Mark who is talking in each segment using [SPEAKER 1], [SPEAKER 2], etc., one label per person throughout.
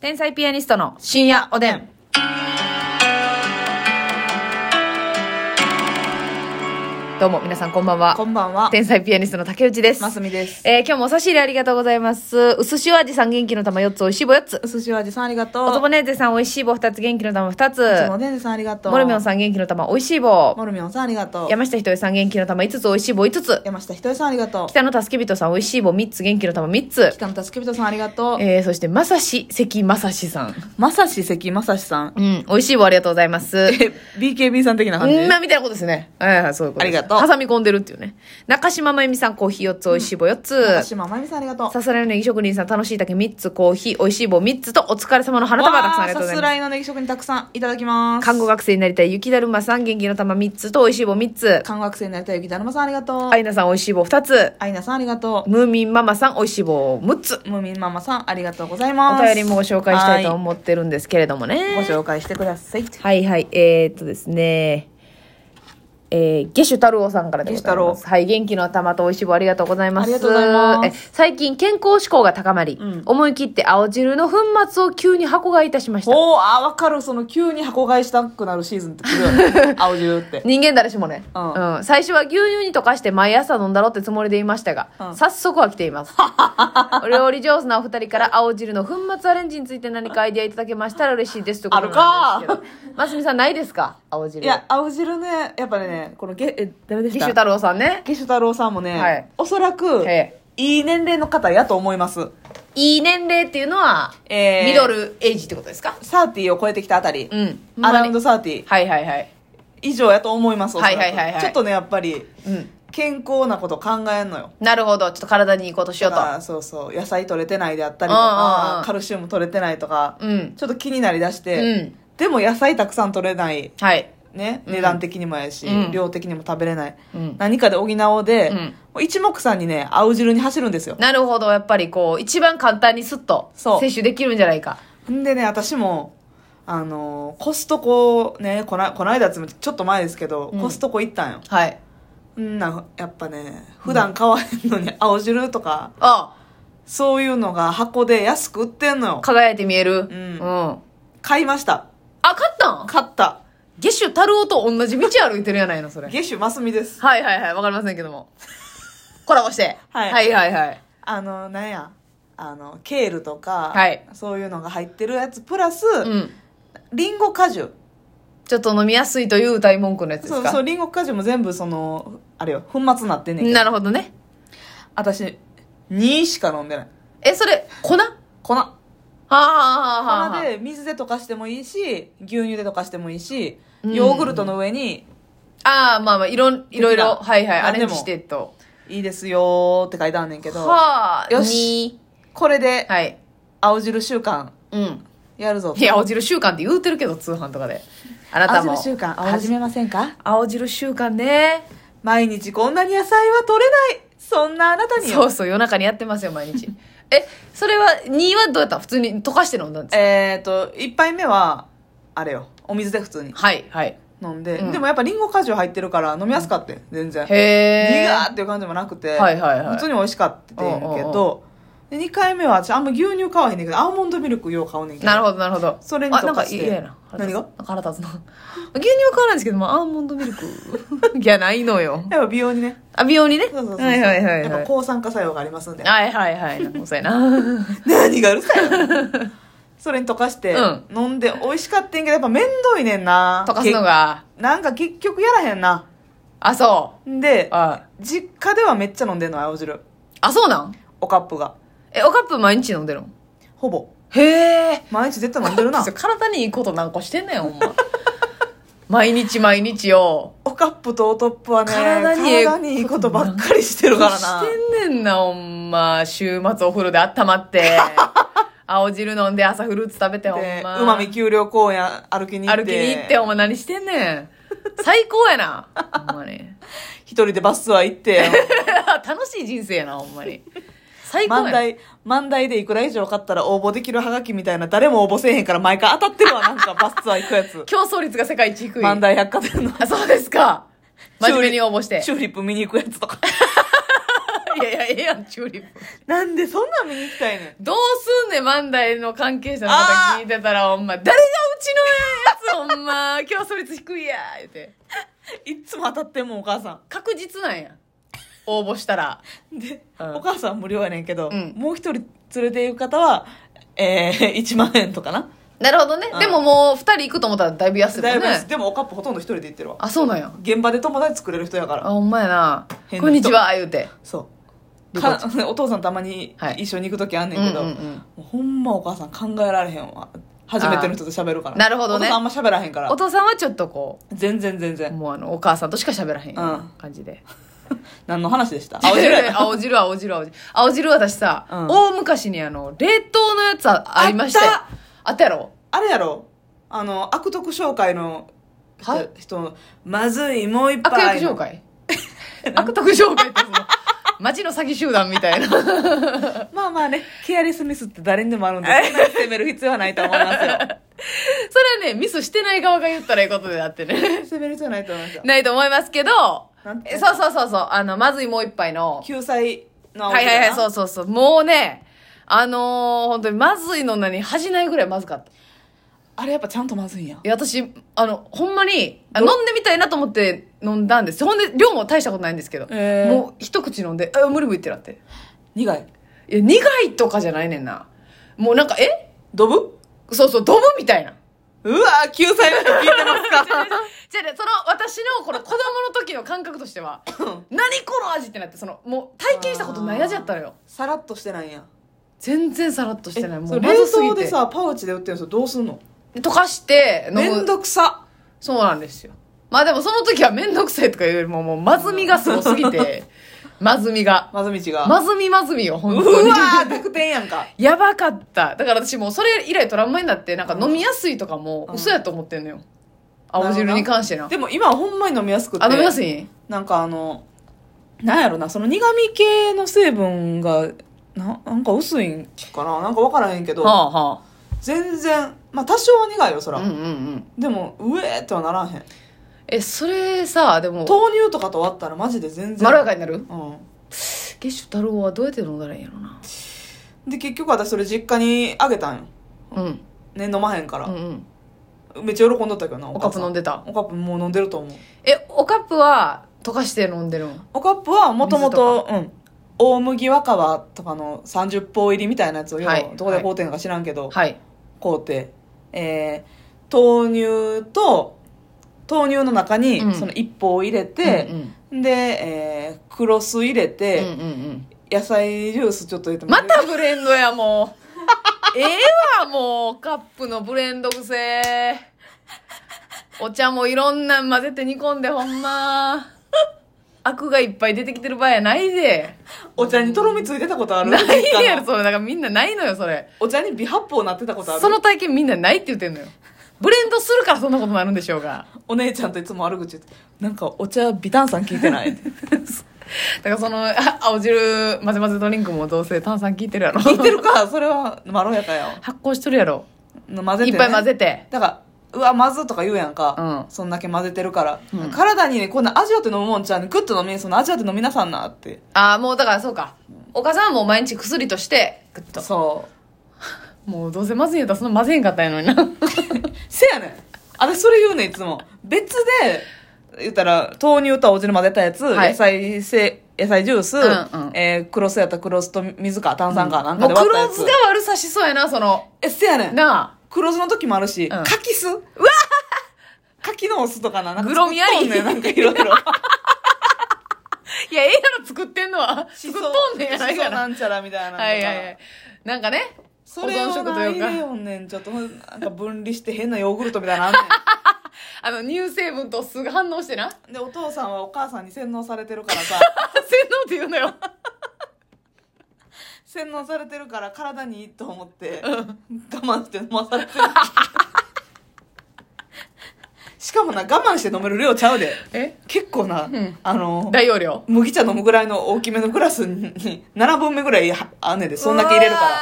[SPEAKER 1] 天才ピアニストの深夜おでん。どうも皆さんこんばんは。
[SPEAKER 2] こんばんは。
[SPEAKER 1] 天才ピアニストの竹内です。
[SPEAKER 2] マスミです。
[SPEAKER 1] えー今日もお差し入れありがとうございます。うすしお味さん元気の玉4つ、おいしい棒4つ。
[SPEAKER 2] うすしお味さんありがとう。
[SPEAKER 1] おとぼねーぜさんおいしい棒2つ、元気の玉2
[SPEAKER 2] うつぼ
[SPEAKER 1] つ。
[SPEAKER 2] ねんぜさんありがとう。
[SPEAKER 1] モルミョンさん元気の玉おいしい棒。
[SPEAKER 2] モルミョンさんありがとう。
[SPEAKER 1] 山下ひとえさん元気の玉5つ、おいしい棒5つ。
[SPEAKER 2] 山下ひとえさんありがとう。
[SPEAKER 1] 北野助人さんおいしい棒3つ、元気の玉3つ。
[SPEAKER 2] 北野たすけびとさんありがとう。
[SPEAKER 1] えーそして、まさし、関まさしさん。
[SPEAKER 2] まさし関まさしさん。
[SPEAKER 1] うん、おいしい棒ありがとうございます。
[SPEAKER 2] え、BKB さん 的な感じ
[SPEAKER 1] うんまあみたいなことですね。はいはい、そういうことです
[SPEAKER 2] ありがとう
[SPEAKER 1] 挟み込んでるっていうね。中島真由美さん、コーヒー4つ、おいしい棒4つ。
[SPEAKER 2] 高島まゆみさんありがとう。
[SPEAKER 1] さすらいのネギ職人さん、楽しい竹3つ、コーヒー、おいしい棒3つと、お疲れ様の花束たくさんありがとうござい
[SPEAKER 2] す
[SPEAKER 1] ま
[SPEAKER 2] ら
[SPEAKER 1] す。
[SPEAKER 2] いのネギ職にたくさんいただきます。
[SPEAKER 1] 看護学生になりたい、雪だるまさん、元気の玉3つと、おいしい棒3つ。
[SPEAKER 2] 看護学生になりたいゆきだるまさんありがとう
[SPEAKER 1] ア。イナさん、おいしい棒2つ。
[SPEAKER 2] あいなさんありがと
[SPEAKER 1] ムーミンママさん、おいしい棒6つ。
[SPEAKER 2] う。ムーミンママさんありがとうござい
[SPEAKER 1] お
[SPEAKER 2] ます。
[SPEAKER 1] 便りもご紹介したいと
[SPEAKER 2] は
[SPEAKER 1] 思ってるんですけれども
[SPEAKER 2] いご
[SPEAKER 1] ね。
[SPEAKER 2] 紹介してください。
[SPEAKER 1] はいはい、えー、っとですね。えー、ゲシュ太郎さんからでござい
[SPEAKER 2] ゲシュ
[SPEAKER 1] ま
[SPEAKER 2] 太
[SPEAKER 1] す。はい、元気の玉とおいしい棒ありがとうございます。
[SPEAKER 2] ありがとうございます
[SPEAKER 1] え最近健康志向が高まり、
[SPEAKER 2] うん
[SPEAKER 1] 思い切って青汁の粉末を急に箱買いいたしました。
[SPEAKER 2] おー、あ、わかる。その急に箱買いしたくなるシーズンって来るよ ね。青汁って。
[SPEAKER 1] 人間誰しもね、
[SPEAKER 2] う
[SPEAKER 1] うんん最初は牛乳に溶かして毎朝飲んだろってつもりでいましたが、
[SPEAKER 2] うん
[SPEAKER 1] 早速は来てい ますお料理上手なお二人から青汁の粉末アレンジについて何かアイディアいただけましたら嬉しいですということなんですけどますみさんないですか青汁
[SPEAKER 2] いや、青汁ね、やっぱね、このゲ、え、誰でし
[SPEAKER 1] 義
[SPEAKER 2] た
[SPEAKER 1] 手太郎さんね
[SPEAKER 2] ゲシュ太郎さんもね、
[SPEAKER 1] はい
[SPEAKER 2] おそらく、
[SPEAKER 1] え
[SPEAKER 2] いい年齢の方やと思います。
[SPEAKER 1] いい年齢っていうのは、
[SPEAKER 2] えー
[SPEAKER 1] ミドルエイジってことですか
[SPEAKER 2] サーティーを超えてきたあたり、
[SPEAKER 1] うん
[SPEAKER 2] アラウン
[SPEAKER 1] ほんまに
[SPEAKER 2] ドサーティー
[SPEAKER 1] はいはいはい
[SPEAKER 2] 以上やと思います、おそらく
[SPEAKER 1] はいはいはいはい
[SPEAKER 2] ちょっとね、やっぱり、
[SPEAKER 1] うん
[SPEAKER 2] 健康なこと考えんのよ。
[SPEAKER 1] なるほどちょっと体にいいことしよう
[SPEAKER 2] だから
[SPEAKER 1] と
[SPEAKER 2] そうそう、野菜取れてないであったりと
[SPEAKER 1] うんうんう
[SPEAKER 2] か
[SPEAKER 1] ん、
[SPEAKER 2] カルシウム取れてないとか、
[SPEAKER 1] うん
[SPEAKER 2] ちょっと気になりだし
[SPEAKER 1] う
[SPEAKER 2] て、
[SPEAKER 1] ん
[SPEAKER 2] でも野菜たくさん取れない、
[SPEAKER 1] はい
[SPEAKER 2] ね、
[SPEAKER 1] うん
[SPEAKER 2] 値段的にもやし、
[SPEAKER 1] うん
[SPEAKER 2] 量的にも食べれない、
[SPEAKER 1] うん
[SPEAKER 2] 何かで補おうで、
[SPEAKER 1] うん
[SPEAKER 2] もう一目散にね、青汁に走るんですよ。
[SPEAKER 1] なるほどやっぱりこう一番簡単にスッと
[SPEAKER 2] そう
[SPEAKER 1] 摂取できるんじゃないか
[SPEAKER 2] んでね私もあのーコストコねこなこの間つまりちょっと前ですけど、
[SPEAKER 1] うん
[SPEAKER 2] コストコ行ったんよ
[SPEAKER 1] はい
[SPEAKER 2] んなやっぱね普段買わへんのに青汁とか
[SPEAKER 1] あ
[SPEAKER 2] そういうのが箱で安く売ってんのよ
[SPEAKER 1] 輝いて見えるうんあ
[SPEAKER 2] 買いました
[SPEAKER 1] 勝ったん
[SPEAKER 2] 買った
[SPEAKER 1] ゲシュ太郎と同じ道歩いてるやないのそれ
[SPEAKER 2] ゲシュマスミです
[SPEAKER 1] はいはいはいわかりませんけどもコラボして、
[SPEAKER 2] はい
[SPEAKER 1] はいはいはい
[SPEAKER 2] あのなんやあのケールとか、
[SPEAKER 1] はい
[SPEAKER 2] そういうのが入ってるやつプラス、
[SPEAKER 1] うん
[SPEAKER 2] リンゴ果汁
[SPEAKER 1] ちょっと飲みやすいという歌い文句のやつです
[SPEAKER 2] そ
[SPEAKER 1] か
[SPEAKER 2] うそうリンゴ果汁も全部そのあれよ粉末になってんねんけど
[SPEAKER 1] なるほどね
[SPEAKER 2] 私2しか飲んでない
[SPEAKER 1] えそれ粉は
[SPEAKER 2] 粉
[SPEAKER 1] あはあはあは
[SPEAKER 2] 粉
[SPEAKER 1] あ
[SPEAKER 2] で水で溶かしてもいいし牛乳で溶かしてもいいし
[SPEAKER 1] うん
[SPEAKER 2] ヨーグルトの上に
[SPEAKER 1] ああまあまあいろんいろいろ
[SPEAKER 2] テキラ
[SPEAKER 1] はいはいア
[SPEAKER 2] 何
[SPEAKER 1] レ
[SPEAKER 2] で
[SPEAKER 1] ン
[SPEAKER 2] も
[SPEAKER 1] ジしてと
[SPEAKER 2] いいですよーって書いてあんねんけど
[SPEAKER 1] はあ
[SPEAKER 2] よしこれで
[SPEAKER 1] にはい
[SPEAKER 2] 青汁習慣
[SPEAKER 1] うん
[SPEAKER 2] やるぞ
[SPEAKER 1] いや青汁習慣って言うてるけど通販とかであなた
[SPEAKER 2] 青
[SPEAKER 1] も
[SPEAKER 2] 汁習慣
[SPEAKER 1] は
[SPEAKER 2] 始めませんか
[SPEAKER 1] 青汁習慣ね
[SPEAKER 2] 毎日こんなに野菜は取れないそんなあなたに
[SPEAKER 1] そ
[SPEAKER 2] よ
[SPEAKER 1] うそう夜中にやってますよ毎日えそれは2はどうやった普通に溶かして飲んだんですか
[SPEAKER 2] えっと1杯目はあれよお水で普通に
[SPEAKER 1] はいはい
[SPEAKER 2] 飲んで、
[SPEAKER 1] うん
[SPEAKER 2] でもやっぱリンゴ果汁入ってるから飲みやすかったよ全然
[SPEAKER 1] へえ
[SPEAKER 2] 苦ーっていう感じもなくて、
[SPEAKER 1] はいはいはい
[SPEAKER 2] 普通に美味しかったんやけ
[SPEAKER 1] うん
[SPEAKER 2] ど、で2回目は私あんま牛乳買わへんねんけどアーモンドミルクよう買うねんけど
[SPEAKER 1] なるほどなるほど
[SPEAKER 2] それに
[SPEAKER 1] あな
[SPEAKER 2] 溶
[SPEAKER 1] んか
[SPEAKER 2] かして
[SPEAKER 1] 嫌やな腹立つ
[SPEAKER 2] 何が
[SPEAKER 1] なんか腹立つな牛乳は買わないんですけどもアーモンドミルクじゃ ないのよ
[SPEAKER 2] やっぱ美容にね
[SPEAKER 1] あ美容にね
[SPEAKER 2] そうそうそうそう
[SPEAKER 1] はいはいはいは
[SPEAKER 2] やっぱ
[SPEAKER 1] い
[SPEAKER 2] 抗酸化作用がありますんで
[SPEAKER 1] はいはいはい遅い な
[SPEAKER 2] 何がうるさいのそれに溶かして
[SPEAKER 1] うん
[SPEAKER 2] 飲んで美味しかったんやけどやっぱめんどいねんな
[SPEAKER 1] 溶かすのが
[SPEAKER 2] けなんか結局やらへんな
[SPEAKER 1] あそ
[SPEAKER 2] んで
[SPEAKER 1] うあ
[SPEAKER 2] 実家ではめっちゃ飲んでんの青汁
[SPEAKER 1] あそうなん
[SPEAKER 2] おカップが
[SPEAKER 1] えおカップ毎日飲んでるの
[SPEAKER 2] ほぼ
[SPEAKER 1] へ え
[SPEAKER 2] 毎日絶対飲んでるな
[SPEAKER 1] 体にいいことなんかしてんねんほんま毎日毎日よ
[SPEAKER 2] おカップとおトップはね
[SPEAKER 1] 体にええ
[SPEAKER 2] 体にいいことばっかりしてるからな
[SPEAKER 1] してんねんなほんま週末お風呂で温まって 青汁飲んで朝フルーツ食べてほん
[SPEAKER 2] で
[SPEAKER 1] ま
[SPEAKER 2] うまみ丘陵公園歩きに行って
[SPEAKER 1] 歩きに行ってお前何してんねん最高やなほんまに
[SPEAKER 2] 一人でバスツアー行って
[SPEAKER 1] 楽しい人生やなほんまに最高
[SPEAKER 2] 漫
[SPEAKER 1] やな
[SPEAKER 2] 題漫題でいくら以上買ったら応募できるハガキみたいな誰も応募せえへんから毎回当たっ てるわなんかバスツアー行くやつ
[SPEAKER 1] 競争率が世界一低い
[SPEAKER 2] 漫題百貨店の
[SPEAKER 1] あそうですか真面目に応募して
[SPEAKER 2] チューリップ見に行くやつとか
[SPEAKER 1] いやいや、ええやん、チューリップ。
[SPEAKER 2] なんでそんなん見に行きたいねん。
[SPEAKER 1] どうすんねん、万代の関係者の方聞いてたら、ほんま、誰がうちのやつ、ほんま、競争率低いや、言うて。
[SPEAKER 2] いっつも当たってんもん、お母さん。
[SPEAKER 1] 確実なんや。応募したら。
[SPEAKER 2] で、
[SPEAKER 1] うん
[SPEAKER 2] お母さん無料やねんけど、
[SPEAKER 1] うん
[SPEAKER 2] もう一人連れて行く方は、えー、1万 円とかな。
[SPEAKER 1] なるほどね。でももう、二人行くと思ったらだいぶ安いもん
[SPEAKER 2] だいぶ、
[SPEAKER 1] ね。
[SPEAKER 2] でもおカップほとんど一人で行ってるわ。
[SPEAKER 1] あ、そうなんや。
[SPEAKER 2] 現場で友達作れる人やか
[SPEAKER 1] あ、
[SPEAKER 2] ら。
[SPEAKER 1] ほんまやな。
[SPEAKER 2] 変な人
[SPEAKER 1] こんにちは、言うて。
[SPEAKER 2] そう。
[SPEAKER 1] ど
[SPEAKER 2] か
[SPEAKER 1] こ
[SPEAKER 2] お父さんたまに
[SPEAKER 1] はい
[SPEAKER 2] 一緒に行く時あんねんけ
[SPEAKER 1] う
[SPEAKER 2] ど、
[SPEAKER 1] んうんうん
[SPEAKER 2] もうほんまお母さん考えられへんわ。初めての人と喋るから。
[SPEAKER 1] あーなるほどね
[SPEAKER 2] お父さんあんま喋らへんから
[SPEAKER 1] お。父さんはちょっとこ
[SPEAKER 2] 全然全
[SPEAKER 1] う、
[SPEAKER 2] 然。
[SPEAKER 1] もうあの、お母さんとしか喋らへんような感じで。
[SPEAKER 2] 何の話でした青
[SPEAKER 1] 青
[SPEAKER 2] 汁
[SPEAKER 1] 汁
[SPEAKER 2] やな
[SPEAKER 1] 青汁青汁青汁青汁私さ、
[SPEAKER 2] うん
[SPEAKER 1] 大昔にあの冷凍のやつあありましたよ
[SPEAKER 2] あった
[SPEAKER 1] あったやろ
[SPEAKER 2] あれやろあの、悪徳商会の人
[SPEAKER 1] はい
[SPEAKER 2] 人の、まずい、もう一
[SPEAKER 1] 悪
[SPEAKER 2] 杯。
[SPEAKER 1] 役紹 介悪徳商会ってその街の詐欺集団みたいな
[SPEAKER 2] まあまあね、ケアレスミスって誰にでもあるんで、そんなに責める必要はないと思いま す
[SPEAKER 1] そ
[SPEAKER 2] よ。
[SPEAKER 1] れはねミスしてない側が言ったらいいことであってね
[SPEAKER 2] 責める必要はないと思いますよ。
[SPEAKER 1] ないと思いますけど
[SPEAKER 2] なんて
[SPEAKER 1] えそうそうそうそうあのまずいもう一杯の
[SPEAKER 2] 救済の青
[SPEAKER 1] はいはいはいそう
[SPEAKER 2] う。
[SPEAKER 1] そうそうもうねあのー本当にまずいのなに恥じないぐらいまずかった
[SPEAKER 2] あれやっぱちゃんとまずいんや
[SPEAKER 1] い。や私あのほんまにあ飲んでみたいなと思って飲んだんですほんで量も大したことないんですけど、
[SPEAKER 2] へー
[SPEAKER 1] もう一口飲んで「あ無理無理」ってなって
[SPEAKER 2] 苦い。
[SPEAKER 1] いや苦いとかじゃないねんなもうなんかえ
[SPEAKER 2] ドブ
[SPEAKER 1] そうそうドブみたいな
[SPEAKER 2] うわぁ、救済の人聞いてますか
[SPEAKER 1] じゃあねその私のこの子供の時の感覚として は何この味ってなってそのもう体験したことない味やったのよ
[SPEAKER 2] さらっとしてないんや。
[SPEAKER 1] 全然さらっとしてない
[SPEAKER 2] え
[SPEAKER 1] も
[SPEAKER 2] そうれ
[SPEAKER 1] ま
[SPEAKER 2] 冷
[SPEAKER 1] ずすぎ
[SPEAKER 2] 凍で
[SPEAKER 1] て
[SPEAKER 2] さ、パウチで売ってるんですよ。どうすんの
[SPEAKER 1] 溶かして飲
[SPEAKER 2] めん
[SPEAKER 1] む
[SPEAKER 2] どくさ。
[SPEAKER 1] そうなんですよまあでもその時は面倒くさいとかいうよりももうまずみがすごすぎ てまずみが
[SPEAKER 2] まずみちが。
[SPEAKER 1] まずみまずみよ、本
[SPEAKER 2] う
[SPEAKER 1] 当に
[SPEAKER 2] わ。ぁ、逆転やん か。
[SPEAKER 1] やばかった。だから私もうそれ以来トラウマになって、なんか飲みやすいとかも嘘やと思ってんのよ。青汁に関してな。
[SPEAKER 2] でも今はほんまに飲みやすくて。
[SPEAKER 1] あ、飲みやすい
[SPEAKER 2] なんかあの、なんやろな、その苦味系の成分が、ななんか薄いんかななんかわからへんけど、
[SPEAKER 1] はあは
[SPEAKER 2] 全然、まあ多少は苦いよ、そ
[SPEAKER 1] あ。
[SPEAKER 2] ら。
[SPEAKER 1] うんうんうん。
[SPEAKER 2] でも、うえーってはならへん。
[SPEAKER 1] え、それさ、でも、
[SPEAKER 2] 豆乳とかと割ったらマジで全然。
[SPEAKER 1] まろやかになる
[SPEAKER 2] う
[SPEAKER 1] 月主太郎はどうやって飲んだらいいんやろな。
[SPEAKER 2] ん。で、結局私それ実家にあげたんよ。
[SPEAKER 1] うん。
[SPEAKER 2] ね、飲まへんから。
[SPEAKER 1] うんうん。
[SPEAKER 2] めっちゃ喜んどったけどな、
[SPEAKER 1] お
[SPEAKER 2] お
[SPEAKER 1] カッ
[SPEAKER 2] 母
[SPEAKER 1] プ
[SPEAKER 2] さん。
[SPEAKER 1] 飲んでた。
[SPEAKER 2] おカップもう飲んでると思う。
[SPEAKER 1] え、おカップは溶かして飲んでるん
[SPEAKER 2] おカップはもともと、うん。大麦若葉とかの30本入りみたいなやつを、
[SPEAKER 1] はい
[SPEAKER 2] どこで買うてんのか知らんけど、
[SPEAKER 1] はい。
[SPEAKER 2] 工程、えー豆乳と豆乳の中に
[SPEAKER 1] うん
[SPEAKER 2] その一歩を入れて
[SPEAKER 1] う、ん
[SPEAKER 2] で、えー、黒酢入れ
[SPEAKER 1] うん、
[SPEAKER 2] て、
[SPEAKER 1] うんうんうん。
[SPEAKER 2] 野菜ジュースちょっと入れて
[SPEAKER 1] またブレンドや、もう。ええわ、もう、カップのブレンド癖。お茶もいろんなん混ぜて煮込んで、ほんま。アクがいっぱい出てきてる場合やないで。
[SPEAKER 2] お茶にとろみついてたことある
[SPEAKER 1] ない
[SPEAKER 2] 実家
[SPEAKER 1] や
[SPEAKER 2] の
[SPEAKER 1] ろ、それ。だからみんなないのよ、それ。
[SPEAKER 2] お茶に微発泡なってたことある
[SPEAKER 1] その体験みんなないって言ってんのよ。ブレンドするからそんなことになるんでしょうが。
[SPEAKER 2] お姉ちゃんといつも悪口言ってなんかお茶微炭酸効いてない
[SPEAKER 1] だからその、あ青汁混ぜ混ぜドリンクもどうせ炭酸効いて るやろ。
[SPEAKER 2] 効いてるかそれはまろやかやわ
[SPEAKER 1] 発酵しとるやろ。
[SPEAKER 2] 混ぜて、
[SPEAKER 1] い
[SPEAKER 2] ね、
[SPEAKER 1] っぱい混ぜて。
[SPEAKER 2] だからうわまずっとか言うやんか、
[SPEAKER 1] うん
[SPEAKER 2] そんだけ混ぜてるから、
[SPEAKER 1] うん
[SPEAKER 2] 体にねこんな味わって飲むもんちゃうねグッと飲みその味わって飲みなさんなって
[SPEAKER 1] ああ、もうだからそうか。お母さんはもう毎日薬として、グッと。
[SPEAKER 2] そう
[SPEAKER 1] もうどうせまずいんやったらそんなまぜへんかったんやのにな。
[SPEAKER 2] せやねん。私それ言うねん、いつも。別で、言ったら、豆乳と青汁混ぜたやつ、
[SPEAKER 1] はい
[SPEAKER 2] 野菜せ、野菜ジュース、
[SPEAKER 1] んうん
[SPEAKER 2] えー、黒酢やったら黒酢と水か炭酸かなん
[SPEAKER 1] も
[SPEAKER 2] か
[SPEAKER 1] う
[SPEAKER 2] で割ったや
[SPEAKER 1] 黒
[SPEAKER 2] つ。
[SPEAKER 1] 酢が悪さしそうやな、その。
[SPEAKER 2] え、せやねん。
[SPEAKER 1] な
[SPEAKER 2] 黒酢の時もあるし、
[SPEAKER 1] ん
[SPEAKER 2] 柿酢。うわ柿のお酢とかな、なんか
[SPEAKER 1] グロミあり
[SPEAKER 2] 作っとんねんなんかいろいろ。
[SPEAKER 1] あ。いや、ええやろ、作ってんのは。
[SPEAKER 2] し
[SPEAKER 1] 作っ
[SPEAKER 2] そ
[SPEAKER 1] と
[SPEAKER 2] うん
[SPEAKER 1] ねんやない
[SPEAKER 2] しそ
[SPEAKER 1] か
[SPEAKER 2] な
[SPEAKER 1] ら。
[SPEAKER 2] んちゃらみたいなのとか。
[SPEAKER 1] はいはいはい。なんかね、
[SPEAKER 2] それ
[SPEAKER 1] 保
[SPEAKER 2] を
[SPEAKER 1] 存食と
[SPEAKER 2] な
[SPEAKER 1] いう
[SPEAKER 2] 入
[SPEAKER 1] か
[SPEAKER 2] れよんねん。ちょっと、なんか分離して変なヨーグルトみたいなのあんねん。
[SPEAKER 1] あの、乳成分と酢が反応 してな。洗
[SPEAKER 2] で、お父さんはお母さんに洗脳されてるか らさ。
[SPEAKER 1] 脳って言うのよ。
[SPEAKER 2] 洗脳されてるから体にいいと思って、我慢して飲まされてる しかもな我慢して飲める量ちゃうで
[SPEAKER 1] え
[SPEAKER 2] 結構な、
[SPEAKER 1] ん
[SPEAKER 2] あの
[SPEAKER 1] 大容量。
[SPEAKER 2] 麦茶飲むぐらいの大きめのグラスに7本目ぐらいはあんねんでそんだけ入れるから
[SPEAKER 1] ら。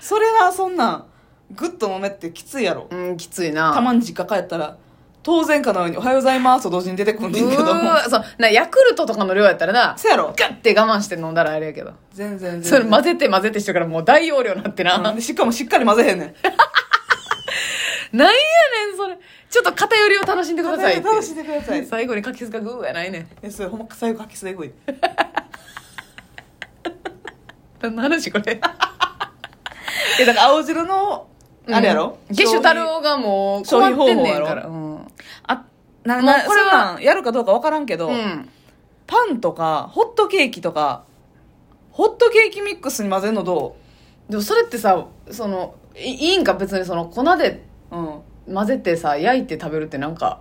[SPEAKER 2] それはそんなんグッと飲めってきついやろ、
[SPEAKER 1] うん、きついな。
[SPEAKER 2] たまに実家帰ったら当然かのように「おはようございます」と同時に出てくんねんけ
[SPEAKER 1] う
[SPEAKER 2] ど
[SPEAKER 1] ーわそうなヤクルトとかの量やったらな
[SPEAKER 2] そやろ
[SPEAKER 1] ガッて我慢して飲んだらあれやけど
[SPEAKER 2] 全然全然
[SPEAKER 1] それ混ぜて混ぜてしてからもう大容量になってな、
[SPEAKER 2] うんでしかもしっかり混ぜへんねん
[SPEAKER 1] なんやねんそれちょっと偏りを楽しんでくださいって
[SPEAKER 2] 楽しんでください
[SPEAKER 1] 最後に書きすがグーやないねん
[SPEAKER 2] えそれほんま最後書きすえぐい
[SPEAKER 1] 何の話これ
[SPEAKER 2] えだから青汁の あれやろ、
[SPEAKER 1] うんゲシュタルオがもう
[SPEAKER 2] 消
[SPEAKER 1] 困
[SPEAKER 2] 費
[SPEAKER 1] ってんねん
[SPEAKER 2] 消
[SPEAKER 1] か
[SPEAKER 2] 費
[SPEAKER 1] ら
[SPEAKER 2] 方
[SPEAKER 1] うん
[SPEAKER 2] あな
[SPEAKER 1] もう
[SPEAKER 2] な
[SPEAKER 1] こ
[SPEAKER 2] こ
[SPEAKER 1] れ
[SPEAKER 2] れ
[SPEAKER 1] は
[SPEAKER 2] はやるかどうか分からんけど、
[SPEAKER 1] うん
[SPEAKER 2] パンとかホットケーキとかホットケーキミックスに混ぜるのど
[SPEAKER 1] でもそれってさそのいいいんか別にその粉で
[SPEAKER 2] ううん
[SPEAKER 1] 混ぜてさ焼いて食べるってなんか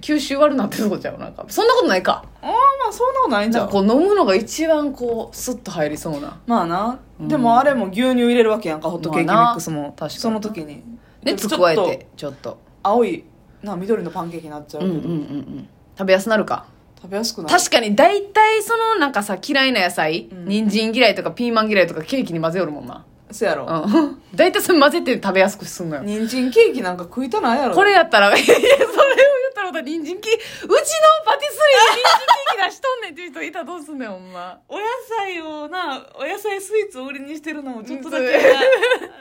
[SPEAKER 1] 吸収悪なってそうちゃうなんかそんなことないか
[SPEAKER 2] ああまあそんなことないんじ
[SPEAKER 1] な
[SPEAKER 2] ゃ
[SPEAKER 1] ん
[SPEAKER 2] ん
[SPEAKER 1] かこう飲むのが一番こうスッと入りそうな
[SPEAKER 2] まあな、
[SPEAKER 1] うん
[SPEAKER 2] でもあれも牛乳入れるわけやんかホットケーキミックス
[SPEAKER 1] まあ
[SPEAKER 2] も
[SPEAKER 1] な、確かに
[SPEAKER 2] その時に
[SPEAKER 1] 熱
[SPEAKER 2] ちょっと
[SPEAKER 1] 加えてちょっと
[SPEAKER 2] 青いな緑のパンケーキになっちゃ
[SPEAKER 1] う
[SPEAKER 2] うけ
[SPEAKER 1] ん
[SPEAKER 2] ど、
[SPEAKER 1] うんうんうん食べやすなるか
[SPEAKER 2] 食べやすくなる
[SPEAKER 1] 確かに大体そのなんかさ嫌いな野菜、
[SPEAKER 2] うん
[SPEAKER 1] 人参嫌いとかピーマン嫌いとかケーキに混ぜよるもんな
[SPEAKER 2] そうやろ、
[SPEAKER 1] うん 大体それ混ぜて食べやすくすんのよ
[SPEAKER 2] 人参ケーキなんか食いたないやろ
[SPEAKER 1] これやったら いやそれを言ったらまた人参ケーキうちのパティスリーで人参ケーキ出しとんねんっていう人いたらどうすんねんほん ま
[SPEAKER 2] お野菜をなお野菜スイーツを売りにしてるのもちょっ とだけ
[SPEAKER 1] うん
[SPEAKER 2] な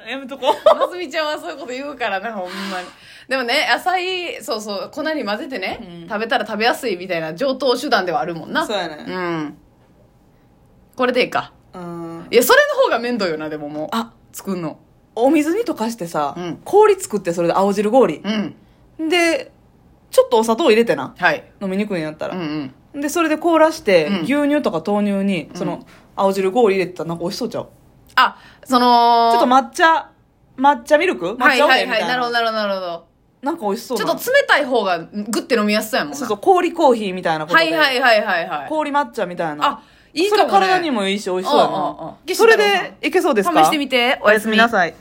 [SPEAKER 2] やめとこう
[SPEAKER 1] ますみちゃんはそういうこと言うからなほんまにでもね野菜そうそう粉に混ぜてね、
[SPEAKER 2] うん
[SPEAKER 1] 食べたら食べやすいみたいな上等手段ではあるもんな
[SPEAKER 2] そうや
[SPEAKER 1] う
[SPEAKER 2] ね
[SPEAKER 1] んこれでいいか
[SPEAKER 2] うん、
[SPEAKER 1] いやそれの方が面倒よなでももう
[SPEAKER 2] あ
[SPEAKER 1] 作んの
[SPEAKER 2] お水に溶かしてさ、
[SPEAKER 1] うん
[SPEAKER 2] 氷作ってそれで青汁氷、
[SPEAKER 1] うん
[SPEAKER 2] でちょっとお砂糖入れてな
[SPEAKER 1] はい
[SPEAKER 2] 飲みにくいんやった
[SPEAKER 1] う
[SPEAKER 2] ら、
[SPEAKER 1] ん
[SPEAKER 2] でそれで凍らして、
[SPEAKER 1] うん
[SPEAKER 2] 牛乳とか豆乳にその、青汁氷入れてたらなんか美味しそうちゃう
[SPEAKER 1] あその
[SPEAKER 2] ちょっと抹茶抹茶ミルク抹
[SPEAKER 1] はい
[SPEAKER 2] 茶オ
[SPEAKER 1] は
[SPEAKER 2] レ
[SPEAKER 1] い
[SPEAKER 2] みた
[SPEAKER 1] はいい
[SPEAKER 2] な,、
[SPEAKER 1] なるほどなるほどなるほど
[SPEAKER 2] なんか美味しそう
[SPEAKER 1] ち
[SPEAKER 2] な
[SPEAKER 1] ょっと冷たい方がグッて飲みやすそうやもんな
[SPEAKER 2] そうそう氷コーヒーみたいなこと
[SPEAKER 1] は
[SPEAKER 2] で、
[SPEAKER 1] いはいはいはいはい
[SPEAKER 2] 氷抹茶みたいな
[SPEAKER 1] あいい
[SPEAKER 2] そ
[SPEAKER 1] かも、
[SPEAKER 2] れ
[SPEAKER 1] ね、
[SPEAKER 2] 体にもいいし美味しそうや
[SPEAKER 1] うんうんうん
[SPEAKER 2] なそれでいけそうですか
[SPEAKER 1] 試してみておやすみ
[SPEAKER 2] なさい